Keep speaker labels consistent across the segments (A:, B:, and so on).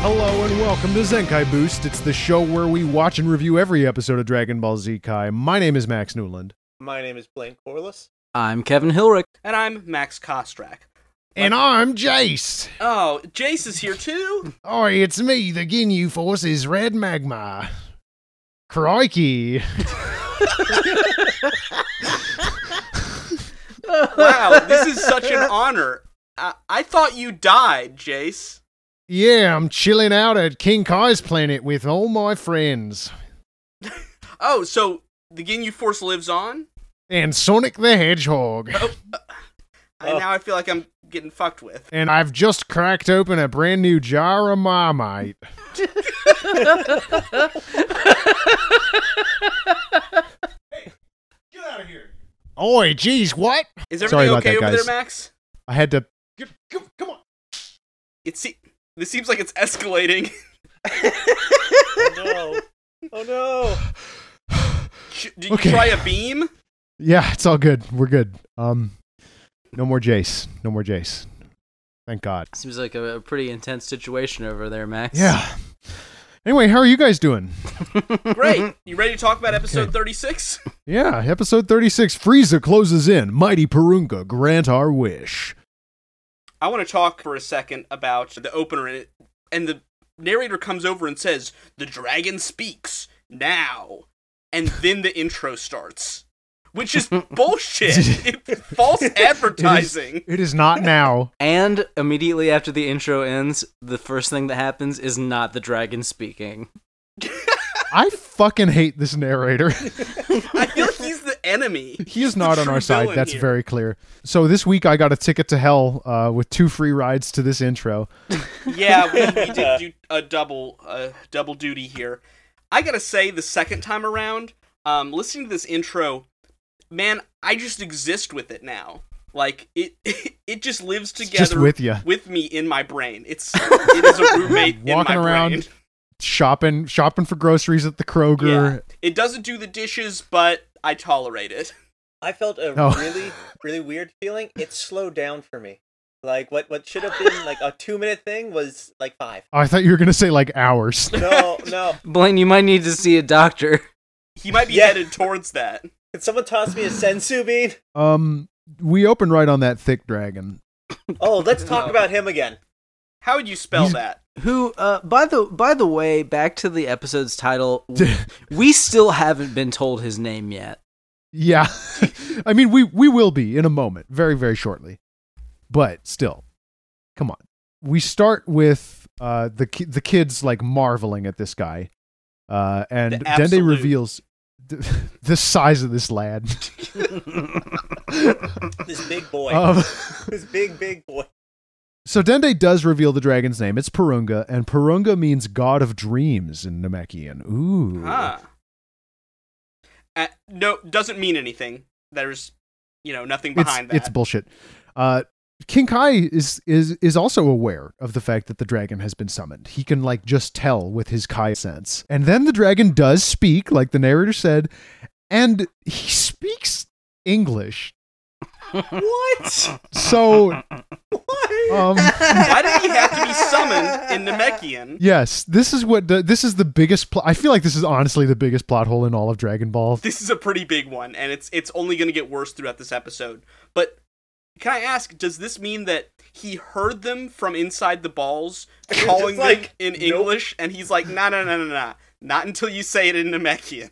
A: Hello and welcome to Zenkai Boost. It's the show where we watch and review every episode of Dragon Ball Z Kai. My name is Max Newland.
B: My name is Blaine Corliss.
C: I'm Kevin Hilrick.
D: And I'm Max Kostrak.
A: And I'm Jace.
D: Oh, Jace is here too?
A: Oi, it's me, the Ginyu Force's Red Magma. Crikey.
D: Wow, this is such an honor. I, I thought you died, Jace.
A: Yeah, I'm chilling out at King Kai's planet with all my friends.
D: Oh, so the Ginyu Force lives on?
A: And Sonic the Hedgehog. Oh.
D: And now I feel like I'm getting fucked with.
A: And I've just cracked open a brand new jar of Marmite.
B: Get out of here.
A: Oi, geez, what?
D: Is
A: Sorry
D: everything
A: about
D: okay
A: that,
D: over
A: guys.
D: there, Max?
A: I had to.
B: Get, come, come on.
D: It se- this seems like it's escalating.
B: No. Oh no.
D: Sh- Did you
A: Okay.
D: try a beam?
A: Yeah, it's all good. We're good. Um, no more Jace. No more Jace. Thank God.
C: Seems like a, a pretty intense situation over there, Max.
A: Yeah. Anyway, how are you guys doing?
D: Great. You ready to talk about episode 36?
A: Yeah, episode 36 Frieza closes in. Mighty Purunga, grant our wish.
D: I want to talk for a second about the opener, and, it, and the narrator comes over and says, "The dragon speaks now," and then the intro starts, which is bullshit. It's false advertising.
A: It is not now.
C: And immediately after the intro ends, the first thing that happens is not the dragon speaking.
A: I fucking hate this narrator.
D: I feel like he's the enemy.
A: He is not
D: the
A: on
D: true
A: our side.
D: villain
A: That's
D: here.
A: very clear. So this week I got a ticket to hell uh, with two free rides to this intro.
D: Yeah, we, we did do a double uh, double duty here. I gotta say, the second time around, um, listening to this intro, man, I just exist with it now. Like it, it just lives
A: It's
D: together
A: just with ya.
D: with me in my brain. It's it is a roommate in
A: Walking
D: my
A: around
D: brain.
A: shopping, shopping for groceries at the Kroger.
D: Yeah. It doesn't do the dishes, but I tolerate it.
B: I felt a
A: No.
B: really, really weird feeling. It slowed down for me. Like what what should have been like a two minute thing was like five.
A: I thought you were gonna say like hours.
B: No, no.
C: Blaine, you might need to see a doctor.
D: He might be
B: Yeah.
D: headed towards that.
B: Can someone toss me a sensu bean?
A: Um, we open right on that thick dragon.
B: Oh, let's talk
D: No.
B: about him again.
D: How would you spell
A: He's-
D: that?
C: Who, uh, by the by the way, back to the episode's title, w- we still haven't been told his name yet.
A: Yeah, I mean we we will be in a moment, very very shortly, but still, come on. We start with uh the ki- the kids like marveling at this guy, uh, and
D: The
A: Dende
D: absolute.
A: reveals th- the size of this lad.
B: This big boy.
A: Um,
B: This big big boy.
A: so Dende does reveal the dragon's name. It's Purunga, and Purunga means god of dreams in Namekian. Ooh,
D: Huh. Uh, no, doesn't mean anything. There's, you know, nothing behind
A: it's, It's
D: that.
A: bullshit. Uh, King Kai is is is also aware of the fact that the dragon has been summoned. He can like just tell with his Kai sense. And then the dragon does speak, like the narrator said, and he speaks English.
D: what?
A: So um
D: Why did he have to be summoned in Namekian?
A: yes, this is what the, this is the biggest pl- I feel like this is honestly the biggest plot hole in all of Dragon Ball.
D: This is a pretty big one, and it's it's only going to get worse throughout this episode. But can I ask? Does this mean that he heard them from inside the balls calling
B: Just like,
D: them in
B: nope.
D: English, and he's like, "No, no, no, no, no, not until you say it in Namekian."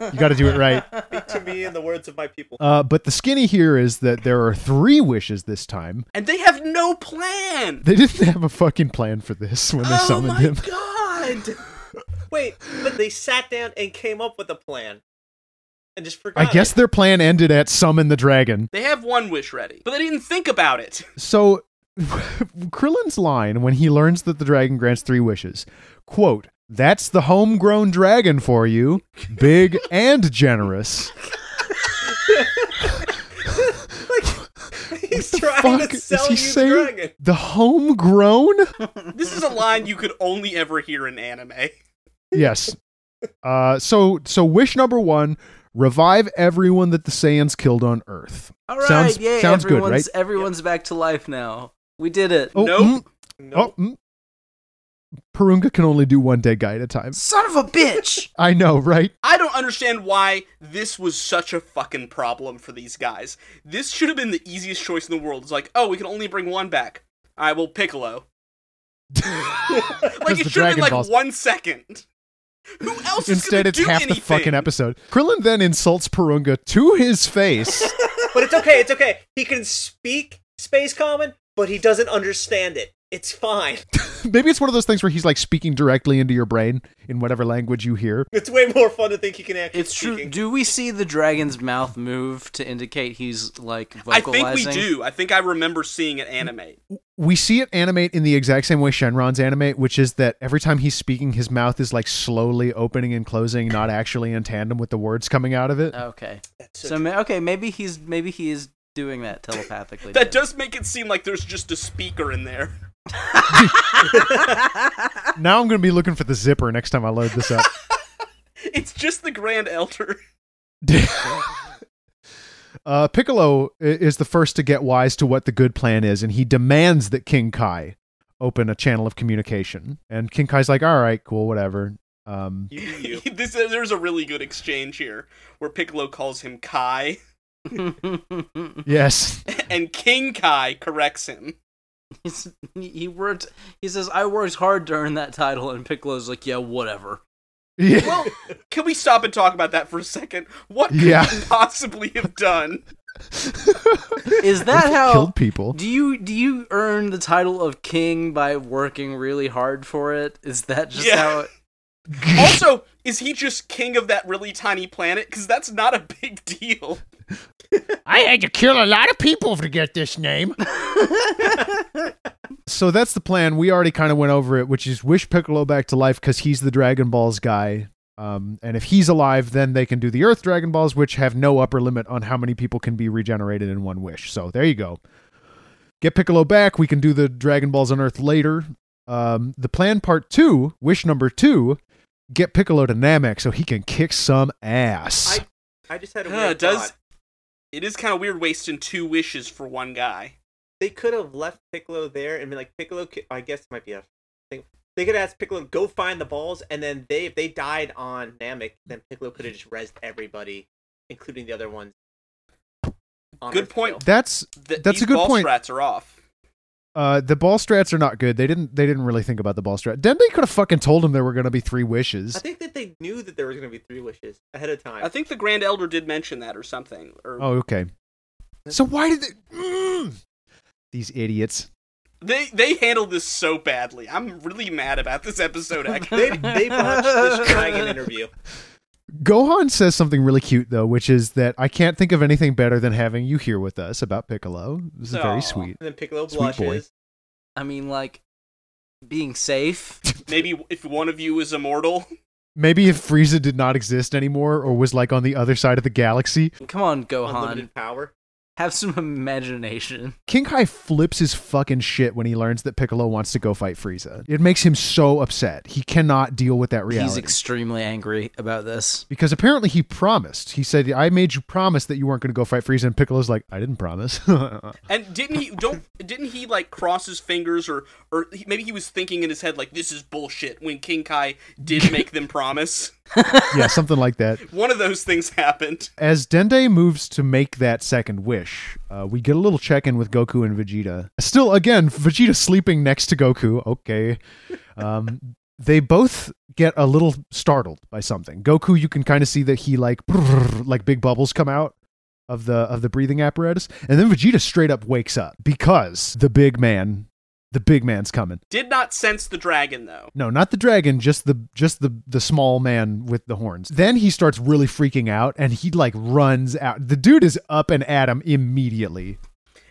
A: You got to do it right.
B: Speak to me in the words of my people.
A: Uh, but the skinny here is that there are three wishes this time.
D: And they have no plan.
A: They didn't have a fucking plan for this when they
D: oh
A: summoned
D: my
A: him.
D: god.
B: Wait, but they sat down and came up with a plan, and just forgot.
A: I guess
B: it.
A: their plan ended at summon the dragon.
D: They have one wish ready, but they didn't think about it.
A: So Krillin's line when he learns that the dragon grants three wishes, quote, that's the homegrown dragon for you, big and generous.
B: he's
A: the
B: trying
A: fuck
B: to
A: is
B: sell
A: he
B: you
A: saying?
B: the dragon.
A: The homegrown?
D: This is a line you could only ever hear in anime.
A: yes. Uh, so so wish number one, revive everyone that the Saiyans killed on Earth.
C: All right,
A: Sounds-
C: yay!
A: sounds good,
C: everyone's
A: right?
C: everyone's back to life now. We did it.
A: Oh,
D: Nope.
A: mm,
B: No,
A: oh mm. Purunga can only do one dead guy at a time.
C: Son of a bitch!
A: I know, right?
D: I don't understand why this was such a fucking problem for these guys. This should have been the easiest choice in the world. It's like, oh, we can only bring one back. All right, well, Piccolo. like
A: the
D: it should have
A: Dragon
D: been like
A: Balls.
D: one second. Who else is
A: Instead,
D: gonna
A: it's
D: do
A: half
D: anything?
A: the fucking episode. Krillin then insults Purunga to his face.
B: but it's okay. It's okay. He can speak space common, but he doesn't understand it. It's fine.
A: Maybe it's one of those things where he's like speaking directly into your brain in whatever language you hear.
B: It's way more fun to think he can actually.
C: It's true.
B: speaking.
C: Do we see the dragon's mouth move to indicate he's like
D: I
C: vocalizing?
D: think we do. I think I remember seeing it animate.
A: We see it animate in the exact same way Shenron's animate, which is that every time he's speaking, his mouth is like slowly opening and closing, not actually in tandem with the words coming out of it.
C: Okay.
B: That's so
C: So ma- okay, maybe he's maybe he is doing that telepathically.
D: That
C: then.
D: does make it seem like there's just a speaker in there.
A: Now I'm going to be looking for the zipper next time I load this up.
D: It's just the Grand Elder.
A: uh, Piccolo i- is the first to get wise to what the good plan is, and he demands that King Kai open a channel of communication. And King Kai's like, "All right, cool, whatever." Um,
B: You, do you.
D: this, uh, there's a really good exchange here where Piccolo calls him Kai
A: yes,
D: and King Kai corrects him.
C: He's- he worked. He says, "I worked hard to earn that title," and Piccolo's like, "Yeah, whatever."
A: yeah.
D: Well, can we stop and talk about that for a second? What could
A: Yeah.
D: he possibly have done?
C: Is that how?
A: killed people.
C: Do you do you earn the title of king by working really hard for it? Is that just
D: Yeah.
C: how? It,
D: Also, is he just king of that really tiny planet? Because that's not a big deal.
A: I had to kill a lot of people to get this name. so that's the plan. We already kind of went over it, which is wish Piccolo back to life because he's the Dragon Balls guy. Um, and if he's alive, then they can do the Earth Dragon Balls, which have no upper limit on how many people can be regenerated in one wish. So there you go. Get Piccolo back. We can do the Dragon Balls on Earth later. Um, the plan part two, wish number two, get Piccolo to Namek so he can kick some ass.
B: I- I just had a
D: Huh,
B: weird
D: does-
B: thought.
D: It is kind of weird wasting two wishes for one guy.
B: They could have left Piccolo there and been like, Piccolo. Ki- I guess it might be a thing. They could have asked Piccolo to go find the balls, and then they, if they died on Namek, then Piccolo could have just rezzed everybody, including the other ones. on
D: Good
B: Earth
D: point.
B: still.
A: That's
D: Th-
A: That's a
D: these
A: good
D: ball
A: point.
D: strats are off.
A: Uh, the ball strats are not good. They didn't. They didn't really think about the ball strat. Then they could have fucking told him there were gonna be three
B: I
A: wishes.
B: think that they knew that there was going to be three wishes ahead of time.
D: I think the Grand Elder did mention that or something. Or
A: Oh, okay. So why did they? Mm! these idiots.
D: they they handled this so badly. I'm really mad about this episode. Actually,
B: they they botched this dragon interview.
A: Gohan says something really cute though, which is that I can't think of anything better than having you here with us about Piccolo. This is
D: Aw.
A: very sweet.
B: And then Piccolo
A: Sweet boy.
B: blushes.
C: I mean, like being safe.
D: maybe if one of you is immortal,
A: Maybe if Frieza did not exist anymore or was like on the other side of the galaxy,
C: Come on, Gohan,
B: Unlimited power.
C: have some imagination.
A: King Kai flips his fucking shit when he learns that Piccolo wants to go fight Frieza. It makes him so upset. He cannot deal with that reality.
C: He's extremely angry about this.
A: because apparently he promised. He said, "I made you promise that you weren't going to go fight Frieza." And Piccolo's like, "I didn't promise."
D: and didn't he don't didn't he like cross his fingers or or he, maybe he was thinking in his head like this is bullshit when King Kai did make them promise.
A: yeah, something like that.
D: One of those things happened.
A: As Dende moves to make that second wish, uh, we get a little check-in with Goku and Vegeta. Still, again, Vegeta sleeping next to Goku. Okay. Um, they both get a little startled by something. Goku, you can kind of see that he like brrr, like big bubbles come out of the of the breathing apparatus, and then Vegeta straight up wakes up because the big man, the big man's coming.
D: Did not sense the dragon though.
A: No, not the dragon, just the just the the small man with the horns. Then he starts really freaking out, and he like runs out. The dude is up and at him immediately.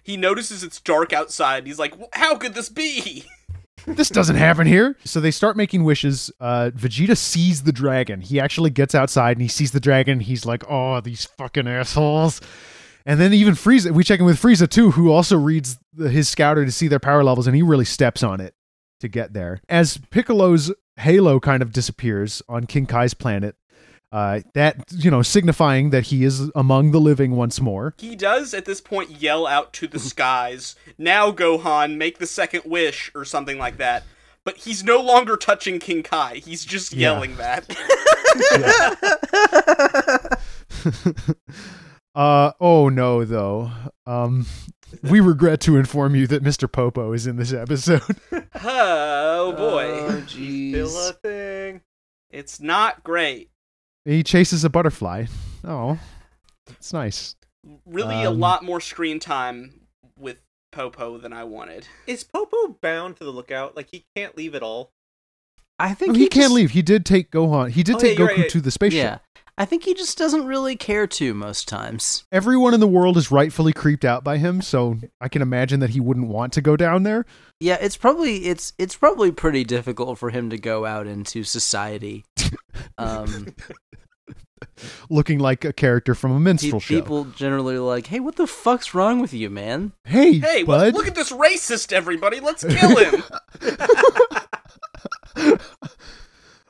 D: He notices it's dark outside. He's like, "Wh- "How could this be?"
A: this doesn't happen here. So they start making wishes. Uh, Vegeta sees the dragon. He actually gets outside and he sees the dragon. He's like, oh, these fucking assholes. And then even Frieza, we check in with Frieza too, who also reads the, his scouter to see their power levels, and he really steps on it to get there. As Piccolo's halo kind of disappears on King Kai's planet, uh, that you know, signifying that he is among the living once more.
D: He does at this point yell out to the skies, "Now Gohan, make the second wish" or something like that. But he's no longer touching King Kai. He's just
A: Yeah.
D: yelling that.
A: Uh, oh no, though. Um, we regret to inform you that Mr. Popo is in this episode.
D: oh boy.
C: Oh,
B: Still a
C: jeez.
B: thing.
D: It's not great.
A: he chases a butterfly. Oh, it's nice.
D: Really a
A: Um,
D: lot more screen time with Popo than I wanted.
B: Is Popo bound to the lookout? Like he can't leave at all.
C: I
A: Oh,
C: think
A: he, can't
C: just-
A: leave. He did take Gohan. He did
B: Oh,
A: take
B: yeah,
A: Goku
B: you're right.
A: to the spaceship.
C: Yeah, I think he just doesn't really care to most times.
A: Everyone in the world is rightfully creeped out by him, so I can imagine that he wouldn't want to go down there.
C: Yeah, it's probably it's it's probably pretty difficult for him to go out into society. Um,
A: Looking like a character from a
C: pe-
A: minstrel show.
C: people generally are like, hey, what the fuck's wrong with you, man?
A: hey,
D: Hey, wha-
A: bud.
D: look at this racist, everybody. Let's kill him.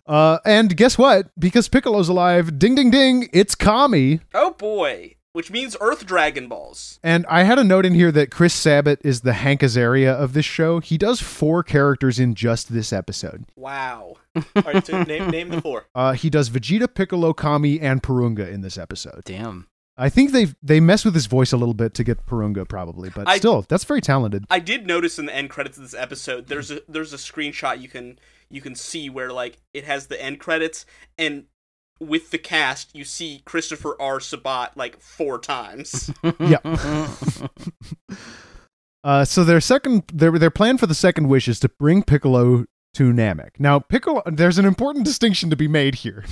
A: uh, and guess what? Because Piccolo's alive, ding ding ding, it's Kami.
D: oh boy. Which means Earth Dragon Balls.
A: And I had a note in here that Chris Sabat is the Hank Azaria of this show. He does four characters in just this episode.
D: Wow.
B: All right, so name name the four.
A: Uh, he does Vegeta, Piccolo, Kami, and Purunga in this episode.
C: Damn.
A: I think they they mess with his voice a little bit to get Purunga, probably, but
D: I-
A: still, that's very talented.
D: I did notice in the end credits of this episode there's a there's a screenshot you can you can see where like it has the end credits and with the cast you see Christopher R. Sabat like four times.
A: Uh, so their second their their plan for the second wish is to bring Piccolo to Namek. Now, Piccolo, there's an important distinction to be made here,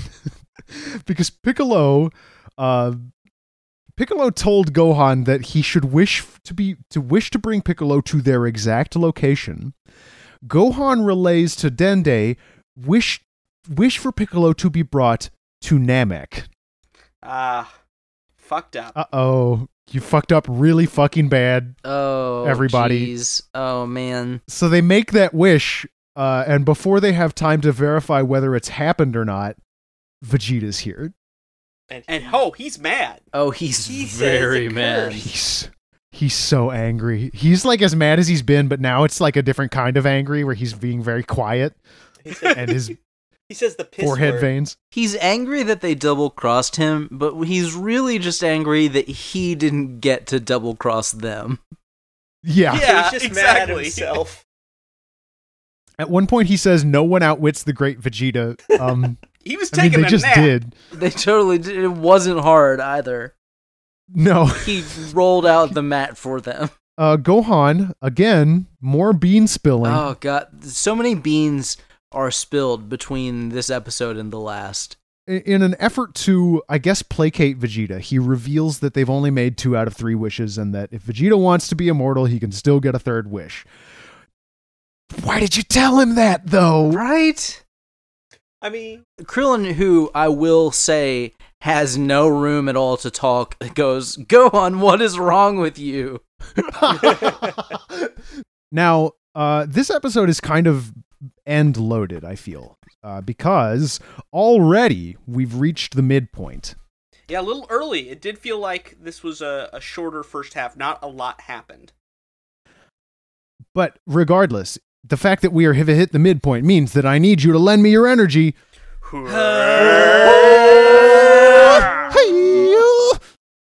A: because Piccolo, uh, Piccolo told Gohan that he should wish f- to be to wish to bring Piccolo to their exact location. Gohan relays to Dende wish wish for Piccolo to be brought to Namek.
D: Ah, fucked up.
A: Uh oh, you fucked up really fucking bad.
C: Oh,
A: Everybody.
C: jeez. Oh man.
A: so they make that wish uh, and before they have time to verify whether it's happened or not vegeta's here
B: And,
D: and oh, he's mad.
C: Oh, he's
B: He says
C: very
B: a
C: mad.
B: curse.
A: he's he's so angry he's like as mad as he's been but now it's like a different kind of angry where he's being very quiet
B: he, says,
A: and his
B: he says the piss
A: forehead
B: word.
A: veins
C: He's angry that they double crossed him, but he's really just angry that he didn't get to double cross them.
A: yeah.
D: Yeah.
B: So he's just mad at
D: exactly.
B: himself.
A: at one point he says no one outwits the great vegeta um
D: He was
A: i mean
D: taking
A: they
D: a
A: just
D: nap.
A: did
C: They totally did. It wasn't hard either.
A: no
C: He rolled out the mat for them.
A: uh gohan again more bean spilling
C: Oh god, so many beans are spilled between this episode and the last.
A: in in an effort to, I guess, placate Vegeta, he reveals that they've only made two out of three wishes and that if Vegeta wants to be immortal, he can still get a third wish. Why did you tell him that, though?
C: Right?
B: I mean,
C: Krillin, who I will say has no room at all to talk, goes, Go on, what is wrong with you?
A: now, uh, this episode is kind of end loaded, I feel, uh, because already we've reached the midpoint.
D: Yeah, a little early. It did feel like this was a, a shorter first half. Not a lot happened.
A: But regardless, the fact that we are have hit the midpoint means that I need you to lend me your energy Hi-yo.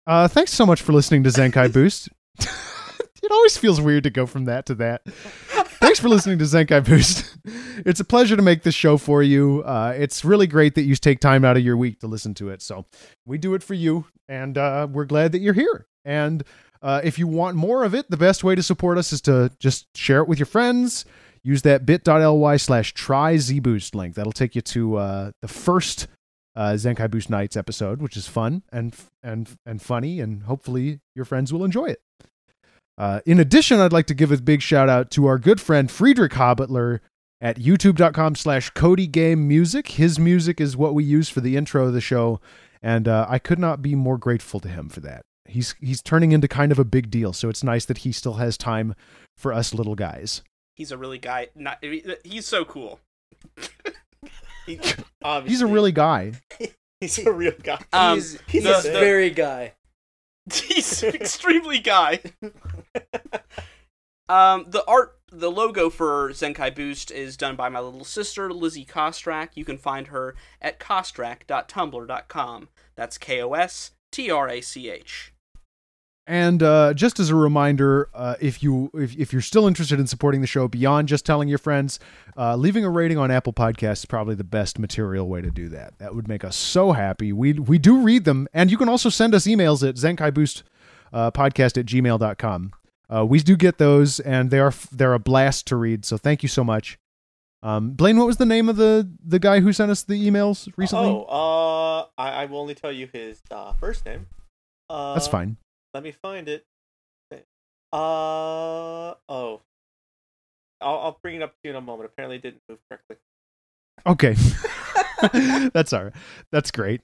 A: Uh, thanks so much for listening to Zenkai Boost. it always feels weird to go from that to that. Thanks Thanks for listening to Zenkai Boost. It's a pleasure to make this show for you. Uh, it's really great that you take time out of your week to listen to it. So we do it for you, and uh, we're glad that you're here. And uh, if you want more of it, the best way to support us is to just share it with your friends. Use that bit.ly slash try ZBoost link. That'll take you to uh, the first uh, Zenkai Boost Nights episode, which is fun and and and funny, and hopefully your friends will enjoy it. Uh, in addition, I'd like to give a big shout out to our good friend Friedrich Hobbitler at youtube.com slash Cody Game Music. His music is what we use for the intro of the show, and uh, I could not be more grateful to him for that. He's he's turning into kind of a big deal, so it's nice that he still has time for us little guys.
D: He's a really guy. Not I mean, he's so cool.
B: He,
A: He's
B: obviously,
A: a really guy.
B: he's a real guy.
D: Um,
E: he's he's
B: he's
D: the- the-
E: very guy.
D: He's extremely guy. um, the art, the logo for Zenkai Boost is done by my little sister, Lizzie Kostrak. You can find her at kostrak.tumblr.com. That's K O S T R A C H.
A: And uh, just as a reminder, uh, if you if, if you're still interested in supporting the show beyond just telling your friends, uh, leaving a rating on Apple Podcasts is probably the best material way to do that. That would make us so happy. We we do read them, and you can also send us emails at zenkaiboost uh, podcast at gmail.com. Uh, we do get those, and they are f- they're a blast to read. So thank you so much. Um, Blaine, what was the name of the the guy who sent us the emails recently?
B: Oh, uh, I, I will only tell you his uh, first name. Uh,
A: That's fine.
B: Let me find it. Okay. Uh oh. I'll, I'll bring it up to you in a moment. Apparently, it didn't move correctly.
A: Okay. That's all right. That's great.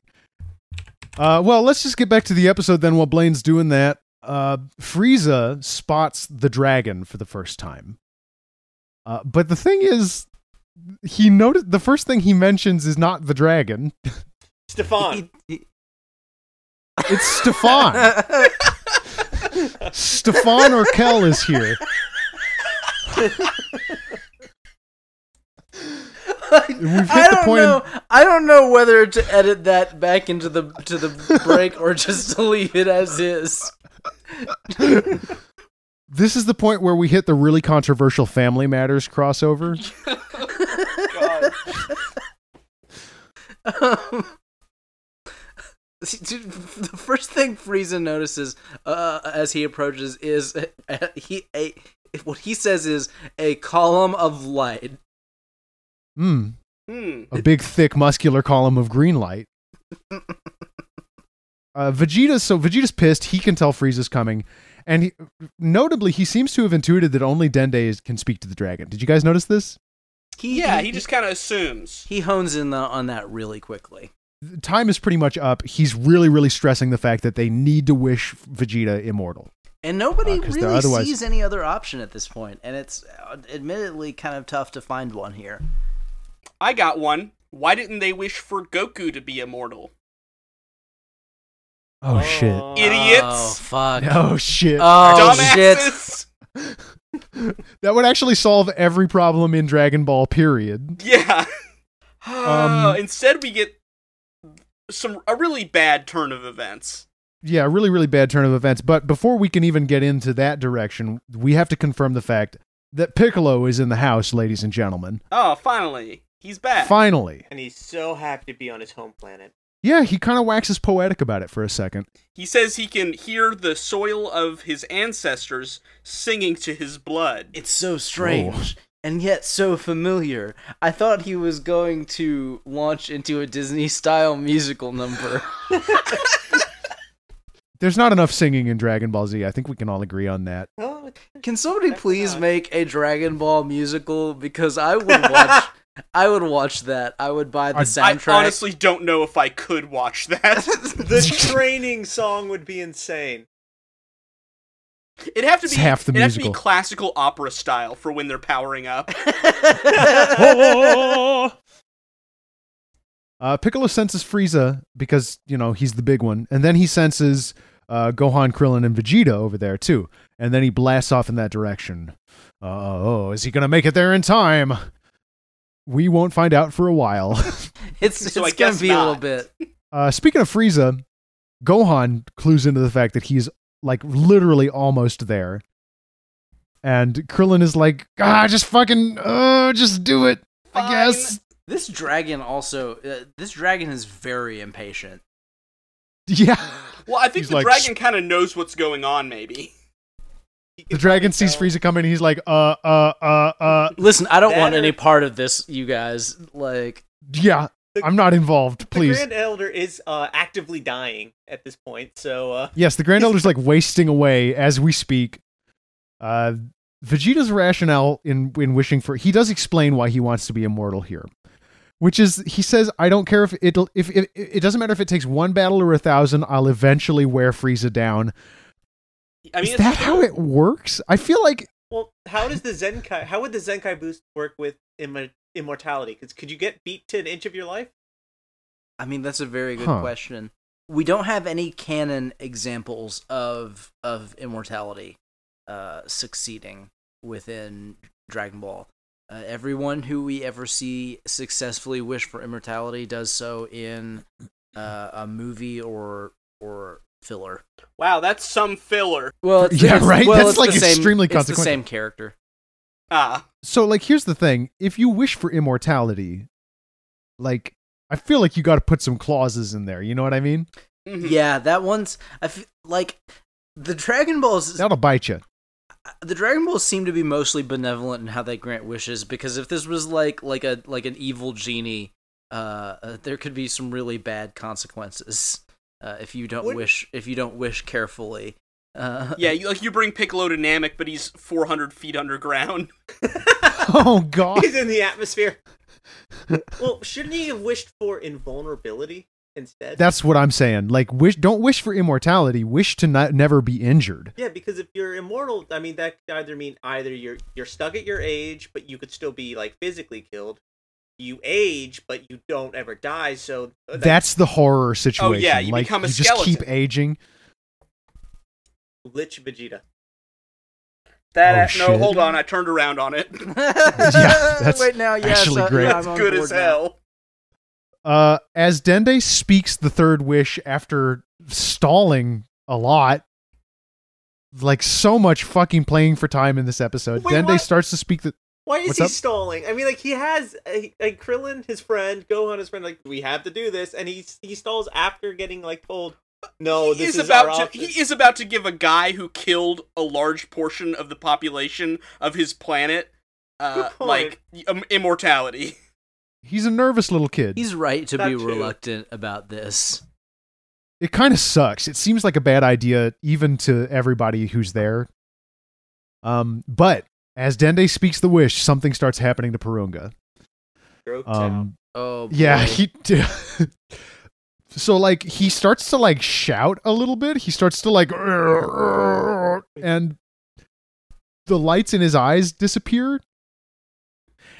A: Uh, well, let's just get back to the episode then while Blaine's doing that. Uh, Frieza spots the dragon for the first time. Uh, but the thing is, he noted the first thing he mentions is not the dragon,
B: Stefan.
A: it's Stefan. Stefan Orkel is here. We've hit
C: I
A: the
C: don't
A: point in-
C: know. I don't know whether to edit that back into the to the break or just to leave it as is.
A: This is the point where we hit the really controversial Family Matters crossover.
B: God.
C: Um, dude, the first thing Frieza notices uh, as he approaches is uh, he a what he says is a column of light.
A: Hmm.
D: Hmm.
A: a big thick muscular column of green light uh, vegeta so vegeta's pissed he can tell frieza's coming and he, notably he seems to have intuited that only dende is, can speak to the dragon did you guys notice this
C: He,
D: Yeah, he just kind of assumes.
C: he hones in the, on that really quickly.
A: time is pretty much up he's really really stressing the fact that they need to wish vegeta immortal
C: And nobody
A: Uh, 'cause they're
C: really
A: otherwise-
C: sees any other option at this point, and it's uh, admittedly kind of tough to find one here.
D: I got one. Why didn't they wish for Goku to be immortal?
A: oh, shit
B: Oh,
D: Idiots.
C: Oh fuck!
A: oh shit
C: Oh shit!
D: Dumbasses.
A: that would actually solve every problem in dragon ball period
D: Yeah.
A: Um,
D: Instead, we get some a really bad turn of events.
A: Yeah, really, really bad turn of events. But before we can even get into that direction, we have to confirm the fact that Piccolo is in the house, ladies and gentlemen.
D: Oh, finally, he's back.
A: Finally.
B: And he's so happy to be on his home planet.
A: Yeah, he kind of waxes poetic about it for a second.
D: He says he can hear the soil of his ancestors singing to his blood.
C: It's so strange
B: Oh.
C: and yet so familiar. I thought he was going to launch into a Disney style musical number.
A: There's not enough singing in Dragon Ball Z. I think we can all agree on that.
B: Oh,
C: Can somebody
B: That's
C: please
B: not-
C: make a Dragon Ball musical because I would watch I would watch that. I would buy the
A: I- I
D: I
C: soundtrack.
D: honestly don't know if I could watch that.
B: the training song would be insane.
D: it'd have to
A: It's
D: be
A: half the
D: it'd have to
A: musical.
D: be classical opera style for when they're powering up.
A: Uh, Piccolo senses Frieza because, you know, he's the big one. And then he senses uh, Gohan, Krillin, and Vegeta over there, too. And then he blasts off in that direction. Oh, is he going to make it there in time? We won't find out for a while.
C: it's
D: So I
C: it's gonna
D: guess
C: be a little
D: not.
C: bit.
A: Uh, speaking of Frieza, Gohan clues into the fact that he's like literally almost there. And Krillin is like, ah, just fucking, uh, just do it. I
D: Fine.
A: guess.
C: This dragon also. Uh, this dragon is very impatient.
A: Yeah.
D: Well, I think
A: He's
D: the
A: like,
D: dragon kind of knows what's going on, maybe.
B: He
A: The
B: can
A: dragon
B: probably
A: sees
B: tell.
A: Frieza coming and he's like, uh, uh, uh, uh,
C: Listen, I don't
B: That
C: want
B: or-
C: any part of this, you guys. Like,
A: yeah,
B: The-
A: I'm not involved, please.
B: The Grand Elder is uh, actively dying at this point, so uh,
A: yes, the Grand Elder's like wasting away as we speak. Uh, Vegeta's rationale in, in wishing for, he does explain why he wants to be immortal here. Which is, he says, I don't care if it'll, if it, it doesn't matter if it takes one battle or a thousand, I'll eventually wear Frieza down.
D: I mean,
A: is
D: it's
A: that how
D: true.
A: it works? I feel like
B: well, how does the Zenkai? How would the Zenkai boost work with immo- immortality? Because could you get beat to an inch of your life?
C: I mean, that's a very good
A: Huh.
C: question. We don't have any canon examples of of immortality uh, succeeding within Dragon Ball. Uh, everyone who we ever see successfully wish for immortality does so in uh, a movie or or filler.
D: Wow, that's some filler.
C: Well,
A: it's- Yeah, it's- right? well, That's, it's like, the same- extremely it's the
C: it's the
A: consequential. same
C: same character.
D: Ah,
A: so like here's the thing if you wish for immortality like i feel like you got to put some clauses in there you know what i mean
D: mhm.
C: Yeah, that one's I feel, like the Dragon Balls.
A: that'll bite you
C: the Dragon Balls seem to be mostly benevolent in how they grant wishes because if this was like like a like an evil genie, uh, uh there could be some really bad consequences uh, if you don't
B: Wouldn't-
C: wish if you don't wish carefully. Uh,
D: Yeah, you, like you bring Piccolo to Namek, but he's 400 feet underground.
A: oh god
B: He's in the atmosphere. well, shouldn't he have wished for invulnerability instead?
A: that's what i'm saying like wish don't wish for immortality wish to not, never be injured
B: yeah, because if you're immortal, I mean that could either mean either you're you're stuck at your age, but you could still be like physically killed. You age, but you don't ever die. So uh, that-
A: that's the horror situation
D: you
A: like
D: become a
A: you just keep
D: skeleton.
A: aging
B: Lich Vegeta.
A: That- Oh, no,
D: no,
A: shit.
D: hold
A: hold
D: on, I turned around on it.
A: that's
C: Wait, now, yes,
A: actually
C: uh,
A: great.
C: yeah,
D: That's
C: I'm on
D: good
C: board
D: as
C: now.
D: hell.
A: uh as dende speaks the third wish after stalling a lot like so much fucking playing for time in this episode
B: Wait,
A: dende
B: what?
A: starts to speak the
B: Why is
A: What's
B: he
A: up?
B: stalling? I mean, like he has a, like Krillin, his friend, Gohan, his friend. Like we have to do this, and he he stalls after getting like told, "No,
D: he
B: this
D: is,
B: is, our
D: about to,
B: option."
D: he is about to give a guy who killed a large portion of the population of his planet, uh,
B: Good point.
D: like um, immortality.
A: he's a nervous little kid
C: He's right to
B: That
C: be
B: too.
C: reluctant about this.
A: it kind of sucks. It seems like a bad idea, even to everybody who's there. Um, but as Dende speaks the wish, something starts happening to Purunga.
B: Strokes out.
A: Um,
C: Oh, boy.
A: yeah, he. so like he starts to like shout a little bit. He starts to like, and the lights in his eyes disappear.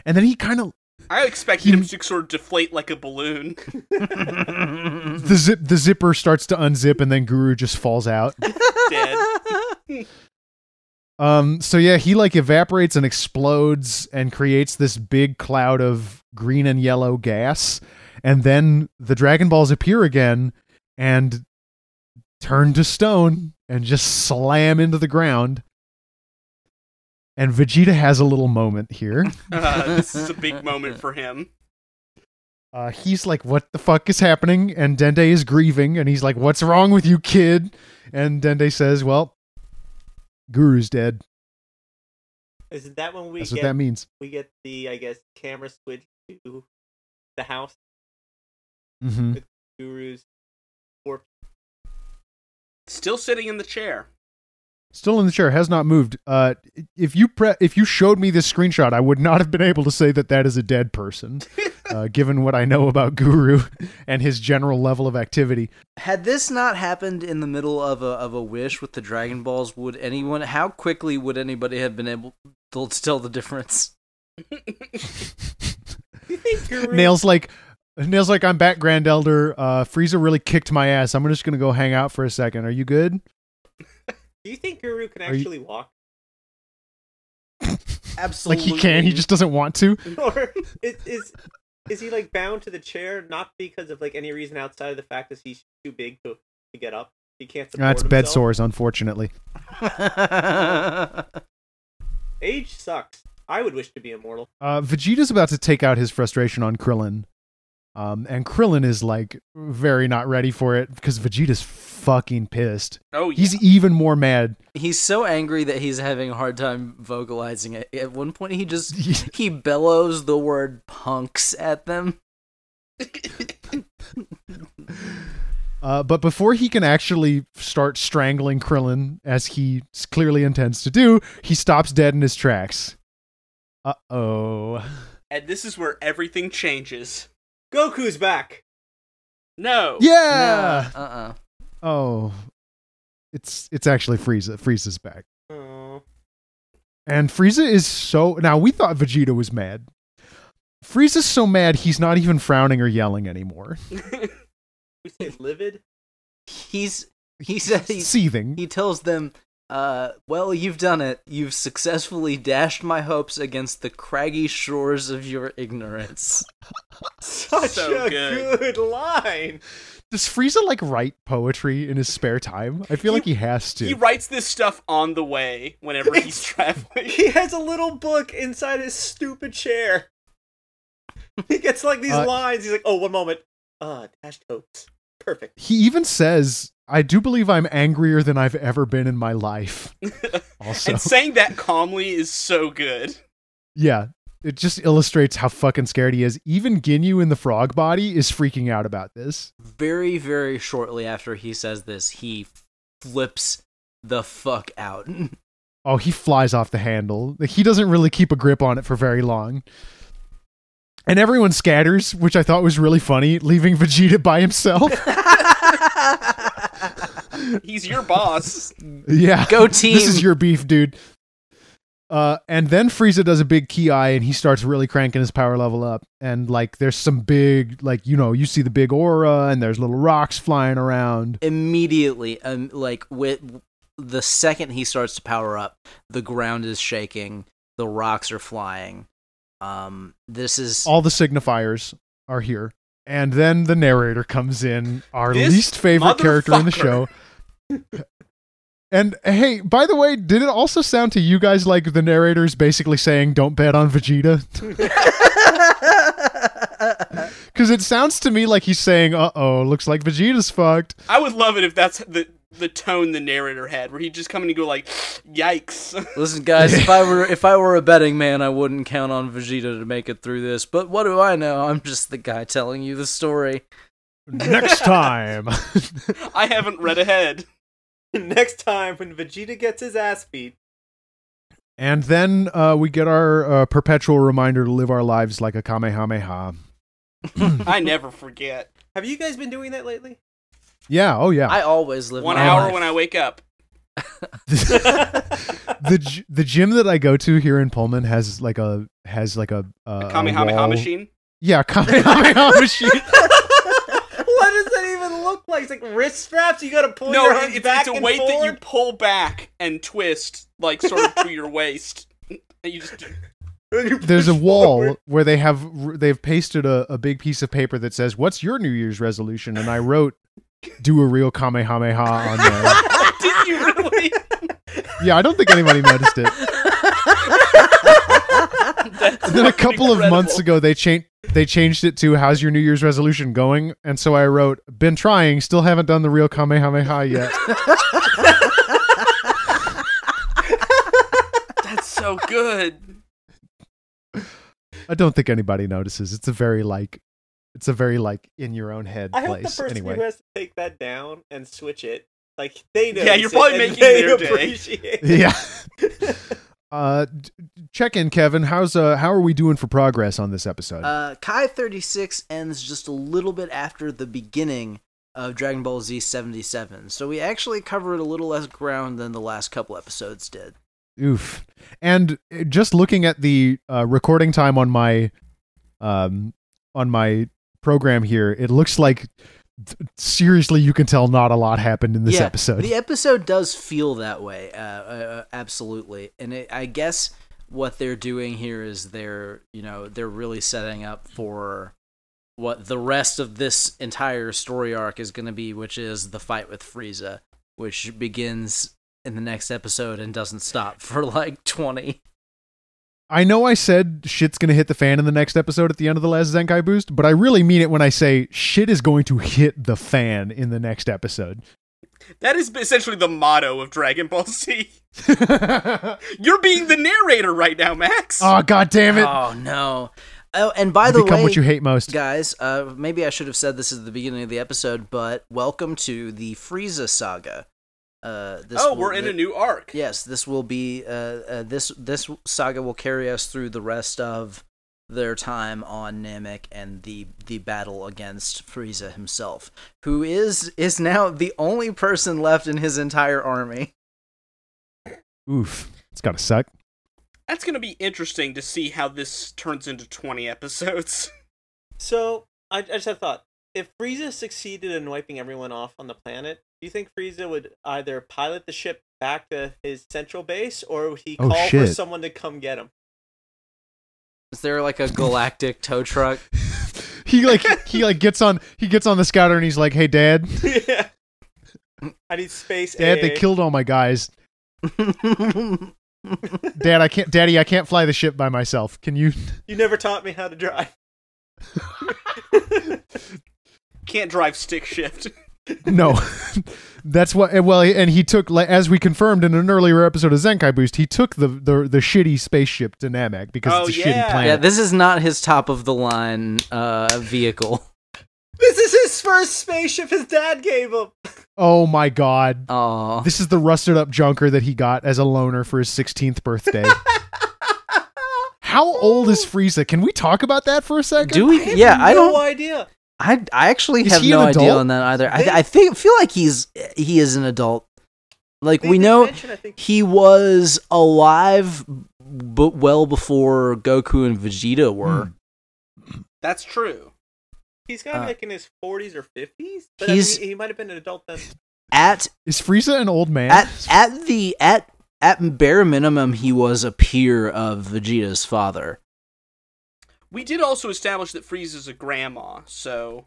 A: And then he kind of
D: I expected him to sort of deflate like a balloon.
A: the zip the zipper starts to unzip, and then Guru just falls out.
D: Dead.
A: Um, so yeah, he like evaporates and explodes and creates this big cloud of green and yellow gas, and then the Dragon Balls appear again and turn to stone and just slam into the ground. And Vegeta has a little moment here.
D: Uh, this is a big moment for him.
A: Uh, he's like, "What the fuck is happening?" And Dende is grieving, and he's like, "What's wrong with you, kid?" And Dende says, "Well, Guru's dead.
B: Isn't that when we
A: That's
B: get
A: what that means."
B: we get the I guess camera switch to the house
A: Mm-hmm.
B: gurus?
D: Still sitting in the chair.
A: still in the chair has not moved uh if you pre- if you showed me this screenshot i would not have been able to say that that is a dead person uh, given what i know about guru and his general level of activity
C: Had this not happened in the middle of a of a wish with the Dragon Balls, would anyone? How quickly would anybody have been able to tell the difference?
B: Do you think gurus?
A: nails like nails like i'm back grand elder uh frieza really kicked my ass i'm just gonna go hang out for a second are you good
B: Do you think Guru can
A: Are you-
B: actually walk,
A: like
C: Absolutely.
A: he can he just doesn't want to
B: or is is is he like bound to the chair not because of like any reason outside of the fact that he's too big to to get up? He can't support
A: that's bed
B: himself?
A: sores unfortunately
B: Age sucks. I would wish to be immortal.
A: Uh, Vegeta's about to take out his frustration on Krillin. Um, and Krillin is like very not ready for it because Vegeta's fucking pissed.
D: Oh, yeah.
A: He's even more mad.
C: He's so angry that he's having a hard time vocalizing it. At one point, he just he bellows the word "punks" at them.
A: Uh, but before he can actually start strangling Krillin, as he s- clearly intends to do, he stops dead in his tracks. Uh oh.
D: and this is where everything changes.
B: Goku's back.
D: No.
A: Yeah.
C: Uh uh
A: Oh, it's it's actually Frieza. Frieza's back,
B: Oh,
A: and Frieza is so. Now we thought Vegeta was mad. Frieza's so mad he's not even frowning or yelling anymore.
B: we say livid.
C: He's he said he's
A: seething.
C: he tells them, uh, well, you've done it. You've successfully dashed my hopes against the craggy shores of your ignorance.
B: Such
D: So
B: a
D: good.
B: good. line.
A: Does Frieza like write poetry in his spare time? I feel
D: He-
A: like he has to.
D: He writes this stuff on the way whenever he's traveling.
B: He has a little book inside his stupid chair. He gets like these
A: Uh,
B: lines. He's like, "Oh, one moment. Uh, dashed hopes. Perfect.
A: he even says, "I do believe I'm angrier than I've ever been in my life." Also,
D: And saying that calmly is so good.
A: yeah, it just illustrates how fucking scared he is. Even Ginyu in the frog body is freaking out about this.
C: Very, very shortly after he says this, he flips the fuck out.
A: Oh, he flies off the handle. Like, He doesn't really keep a grip on it for very long. And everyone scatters, which I thought was really funny, leaving Vegeta by himself.
D: He's your boss.
A: yeah.
C: Go team.
A: This is your beef, dude. Uh, and then Frieza does a big ki and he starts really cranking his power level up. And like, there's some big, like, you know, you see the big aura, and there's little rocks flying around.
C: Immediately, um, like with the second he starts to power up, the ground is shaking, the rocks are flying. Um, this is
A: All the signifiers are here. And then the narrator comes in, our
D: This
A: least favorite character in the show.
D: motherfucker.
A: and hey, by the way, did it also sound to you guys like the narrator's basically saying, "Don't bet on Vegeta"? Because it sounds to me like he's saying, "Uh oh, looks like Vegeta's fucked."
D: I would love it if that's the the tone the narrator had, where he'd just come in and go like, "Yikes."
C: Listen, guys, if I were if I were a betting man, I wouldn't count on Vegeta to make it through this. But what do I know? I'm just the guy telling you the story.
A: Next time.
D: I haven't read ahead.
B: Next time when Vegeta gets his ass beat,
A: and then uh, we get our uh, perpetual reminder to live our lives like a Kamehameha.
D: I never forget.
B: have you guys been doing that lately?
A: Yeah, oh yeah.
C: I always live
D: One
C: my
D: hour
C: life.
D: when I wake up.
A: the g- the gym that I go to here in Pullman has like a has like a, uh,
D: A Kamehameha
A: wall-
D: machine.
A: Yeah, Kamehameha machine.
B: what does that even look like? It's like wrist straps. You gotta pull
D: No,
B: your
D: it-
B: arms
D: it's,
B: back
D: it's a
B: and
D: weight that you
B: forward.
D: pull back and twist, like sort of to your waist. And you just
B: And you
A: There's a
B: push
A: wall
B: forward.
A: where they have r- they've pasted a, a big piece of paper that says, "What's your New Year's resolution?" And I wrote, "Do a real Kamehameha on there."
D: did you really?
A: yeah, I don't think anybody noticed it.
D: That's
A: And then a
D: fucking
A: couple of months
D: incredible.
A: ago they changed they changed it to how's your new year's resolution going and so i wrote been trying still haven't done the real kamehameha yet
D: That's so good.
A: i don't think anybody notices it's a very like it's a very like in your own head
B: I hope the
A: place
B: person
A: anyway
B: who has to take that down and switch it, like they know.
D: Yeah, you're probably making
B: they
D: their day.
B: appreciate it.
A: yeah uh d- d- check in kevin how's uh how are we doing for progress on this episode
C: Uh, Kai 36 ends just a little bit after the beginning of Dragon Ball Z 77, so we actually covered a little less ground than the last couple episodes did.
A: Oof. And uh, just looking at the uh, recording time on my um on my program here, it looks like th- seriously you can tell not a lot happened in this
C: yeah,
A: episode.
C: The episode does feel that way, uh, uh, absolutely. And it, I guess what they're doing here is they're, you know, they're really setting up for what the rest of this entire story arc is going to be, which is the fight with Frieza, which begins in the next episode and doesn't stop for like 20.
A: I know I said shit's going to hit the fan in the next episode at the end of the last Zenkai boost, but I really mean it when I say shit is going to hit the fan in the next episode.
D: That is essentially the motto of Dragon Ball Z. You're being the narrator right now, Max.
A: Oh god damn it.
C: Oh no. Oh, and by
A: You
C: the
A: become
C: way,
A: what you hate most.
C: guys, uh, maybe I should have said this at the beginning of the episode, but welcome to the Frieza saga. Uh, this
D: oh,
C: will-
D: we're in a
C: th-
D: new arc.
C: Yes, this will be uh, uh, this this saga will carry us through the rest of their time on Namek and the the battle against Frieza himself, who is is now the only person left in his entire army.
A: Oof. It's got to suck.
D: That's going to be interesting to see how this turns into 20 episodes.
B: So I, I just had a thought. If Frieza succeeded in wiping everyone off on the planet, do you think Frieza would either pilot the ship back to his central base, or would he
A: Oh,
B: call for
A: shit.
B: someone to come get him?
C: Is there like a galactic tow truck?
A: He like he like gets on he gets on the scouter and he's like, "Hey dad,
B: yeah. I need space.
A: dad, they
B: AA.
A: killed all my guys. Dad, I can't daddy, I can't fly the ship by myself. Can you
B: You never taught me how to drive.
D: Can't drive stick shift.
A: No, that's what. and Well, and he took, like, as we confirmed in an earlier episode of Zenkai Boost, he took the the, the shitty spaceship to Namek because
D: Oh,
A: it's a
D: yeah.
A: shitty
C: Yeah,
A: planet.
C: this is not his top of the line uh, vehicle.
B: This is his first spaceship his dad gave him.
A: oh my god,
C: Oh,
A: this is the rusted up junker that he got as a loner for his sixteenth birthday. How old is Frieza? Can we talk about that for a second?
C: do
B: I
C: we?
B: have
C: Yeah, I
B: no
C: don't.
B: idea.
C: I I actually
A: Is
C: have
A: he an
C: no idea
A: adult?
C: on that either. I,
B: They-
C: I think feel like he's he is an adult. Like
B: They
C: we
B: did
C: know
B: mention, I think.
C: he was alive, but well before Goku and Vegeta were.
A: Hmm.
D: That's true.
B: He's got to
C: Uh,
B: be like in his 40s or 50s. But
C: he's-
B: I mean, he might have been an adult then.
C: At
A: Is Frieza an old man?
C: at at the at at bare minimum, he was a peer of Vegeta's father.
D: We did also establish that Frieza's a grandma, so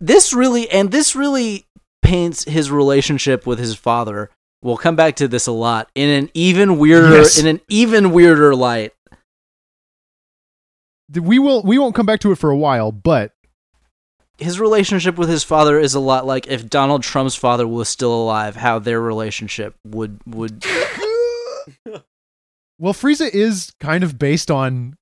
C: this really and this really paints his relationship with his father. We'll come back to this a lot in an even weirder
A: Yes.
C: in an even weirder light.
A: we will we won't come back to it for a while, but
C: His relationship with his father is a lot like if Donald Trump's father was still alive, how their relationship would would
A: well, Frieza is kind of based on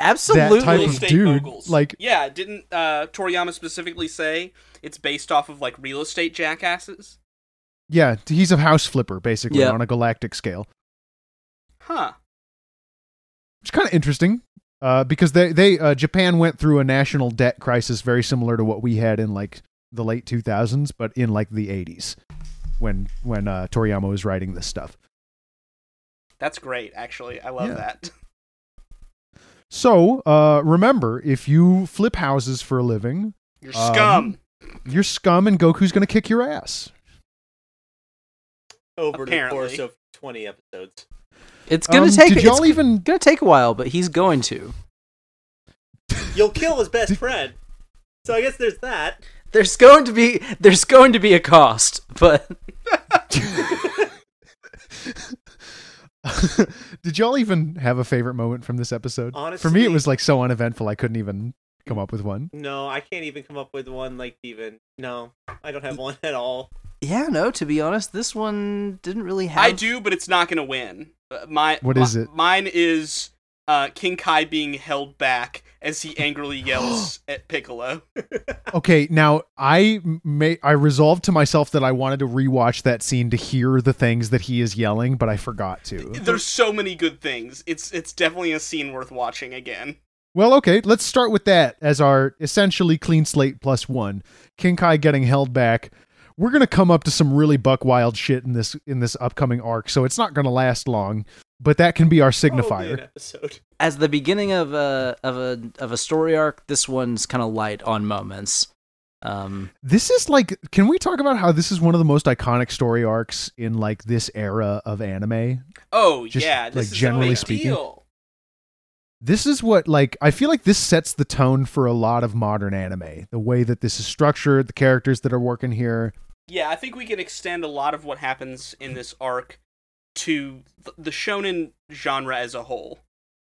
C: absolutely
A: That type
D: real
A: of
D: estate
A: dude,
D: moguls.
A: like-
D: yeah, didn't uh, Toriyama specifically say it's based off of like real estate jackasses?
A: yeah, he's a house flipper basically
C: Yeah.
A: on a galactic scale.
D: Huh.
A: which is kind of interesting uh, because they they uh, Japan went through a national debt crisis very similar to what we had in like the late 2000s, but in like the 80s when when uh, Toriyama was writing this stuff.
D: That's great, actually. I love
A: Yeah.
D: that.
A: So uh, remember, if you flip houses for a living,
D: You're
A: Um,
D: scum,
A: you're scum, and Goku's gonna kick your ass.
B: Over the
D: Apparently.
B: course of 20 episodes.
C: it's gonna
A: Um,
C: take
A: Did y'all
C: it's
A: even?
C: gonna take a while, but he's going to.
B: You'll kill his best friend. So I guess there's that.
C: There's going to be there's going to be a cost, but
A: did y'all even have a favorite moment from this episode? for me,
B: Honestly-
A: it was like so uneventful. I couldn't even come up with one.
B: No, I can't even come up with one like even. No, I don't have one at all.
C: yeah, no, to be honest, this one didn't really have
D: I do, but it's not going to win. Uh, my
A: What
D: mi-
A: is it?
D: Mine is uh, King Kai being held back as he angrily yells at Piccolo.
A: Okay, now I may I resolved to myself that I wanted to rewatch that scene to hear the things that he is yelling, but I forgot to.
D: There's so many good things. It's it's definitely a scene worth watching again.
A: Well, okay, let's start with that as our essentially clean slate plus one. King Kai getting held back. We're gonna come up to some really buck wild shit in this in this upcoming arc, so it's not gonna last long. But that can be our
B: Probably an
A: signifier.
B: episode.
C: as the beginning of a of a of a story arc, this one's kind of light on moments. Um,
A: This is like, can we talk about how this is one of the most iconic story arcs in like this era of anime?
D: Oh
A: Just,
D: yeah, this
A: like,
D: is a
A: generally
D: big
A: speaking.
D: deal.
A: this is what like i feel like this sets the tone for a lot of modern anime the way that this is structured the characters that are working here
D: Yeah, I think we can extend a lot of what happens in this arc to th- the shonen genre as a whole.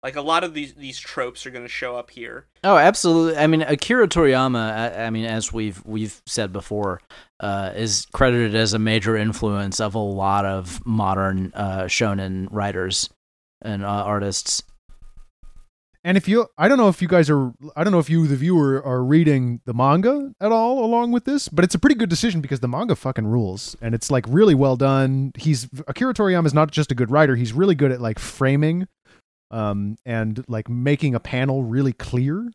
D: Like a lot of these these tropes are going to show up here.
C: Oh, absolutely. I mean, Akira Toriyama. I, I mean, as we've we've said before, uh, is credited as a major influence of a lot of modern uh, shonen writers and uh, artists.
A: And if you, I don't know if you guys are, I don't know if you, the viewer, are reading the manga at all along with this, but it's a pretty good decision because the manga fucking rules, and it's like really well done. He's Akira Toriyama is not just a good writer; he's really good at like framing, um, and like making a panel really clear,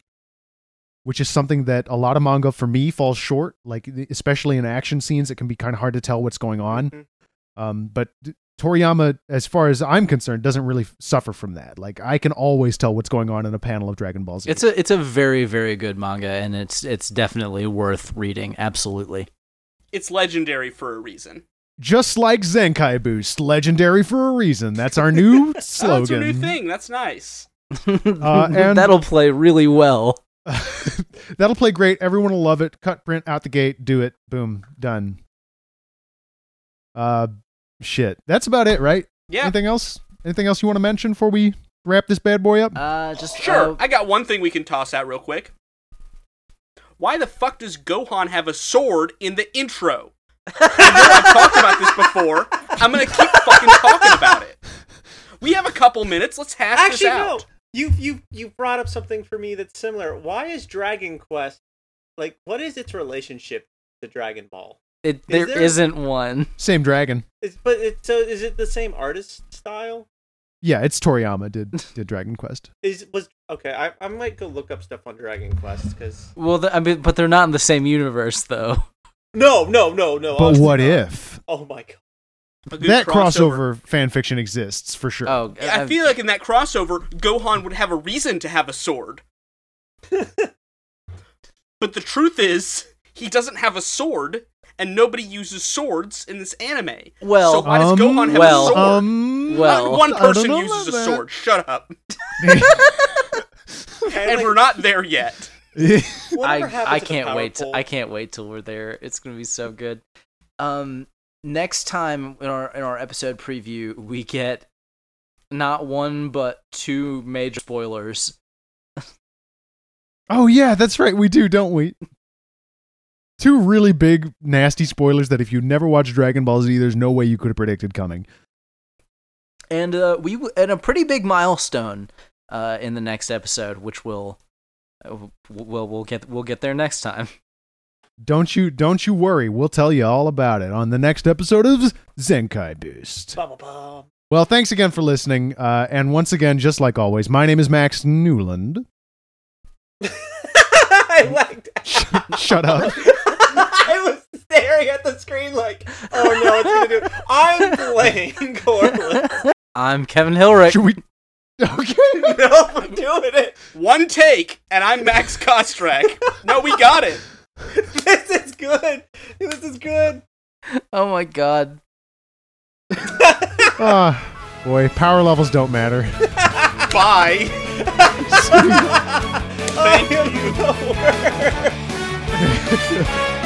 A: which is something that a lot of manga for me falls short. Like e, especially in action scenes, it can be kind of hard to tell what's going on.
B: Mhm.
A: Um, but Toriyama, as far as I'm concerned, doesn't really f- suffer from that. Like I can always tell what's going on in a panel of Dragon Ball Z.
C: It's a it's a very very good manga, and it's it's definitely worth reading. Absolutely.
D: It's legendary for a reason.
A: just like Zenkai Boost, legendary for a reason. That's our new slogan.
D: Oh, that's a new thing. That's nice.
A: and-
C: That'll play really well.
A: That'll play great. Everyone will love it. Cut print out the gate. Do it. Boom. Done. Uh, shit. That's about it, right?
D: Yeah.
A: Anything else? Anything else you want to mention before we wrap this bad boy up?
C: Uh, just
D: Sure.
C: uh,
D: I got one thing we can toss out real quick. Why the fuck does Gohan have a sword in the intro? I know I've talked about this before. I'm gonna keep fucking talking about it. We have a couple minutes. Let's hash
B: Actually,
D: this
B: no.
D: out.
B: You you you brought up something for me that's similar. Why is Dragon Quest like? What is its relationship to Dragon Ball?
C: it, there
B: there-
C: isn't one.
A: Same dragon.
B: Is but it, so is it the same artist style?
A: Yeah, it's Toriyama did did Dragon Quest.
B: Is was okay? I, I might go look up stuff on Dragon Quest because
C: Well, the, I mean, but they're not in the same universe though.
B: no no no no.
A: But
B: obviously
A: what
B: not.
A: if
B: Oh my god!
D: A good
A: that crossover, fan fiction exists for sure?
C: Oh,
D: I feel like in that crossover, Gohan would have a reason to have a sword. but the truth is, he doesn't have a sword, and nobody uses swords in this anime.
C: Well,
D: so why does Gohan have
C: well,
D: a sword?
A: um,
C: Well,
D: Not one
A: I don't
D: person
A: know
D: uses a
A: about that.
D: sword. Shut up.
A: um,
B: And,
D: And
B: like,
D: we're not there yet.
B: whatever
C: I,
B: happened
C: I
B: to the
C: can't
B: Power
C: wait. To,
B: Pole?
C: I can't wait till we're there. It's gonna be so good. Um, next time in our in our episode preview, we get not one but two major spoilers.
A: Oh yeah, that's right. We do, don't we? Two really big nasty spoilers that if you never watched Dragon Ball Z, there's no way you could have predicted coming.
C: and uh, we w- and a pretty big milestone uh, in the next episode, which will uh, we'll we'll get we'll get there next time.
A: Don't you don't you worry. We'll tell you all about it on the next episode of Zenkai Boost.
B: Bum, bum, bum.
A: Well, thanks again for listening. Uh, and once again, just like always, my name is Max Newland.
B: I liked.
A: Shut up.
B: I was staring at the screen like, oh no, it's gonna do. it. I'm playing Corvus.
C: I'm Kevin Hilrich.
A: Should we Okay.
B: No, we're doing it.
D: One take, and I'm Max Kostrak. no, we got it.
B: This is good. This is good.
C: Oh my god.
A: Ah, boy, power levels don't matter.
D: Bye.
B: Oh, Thank you.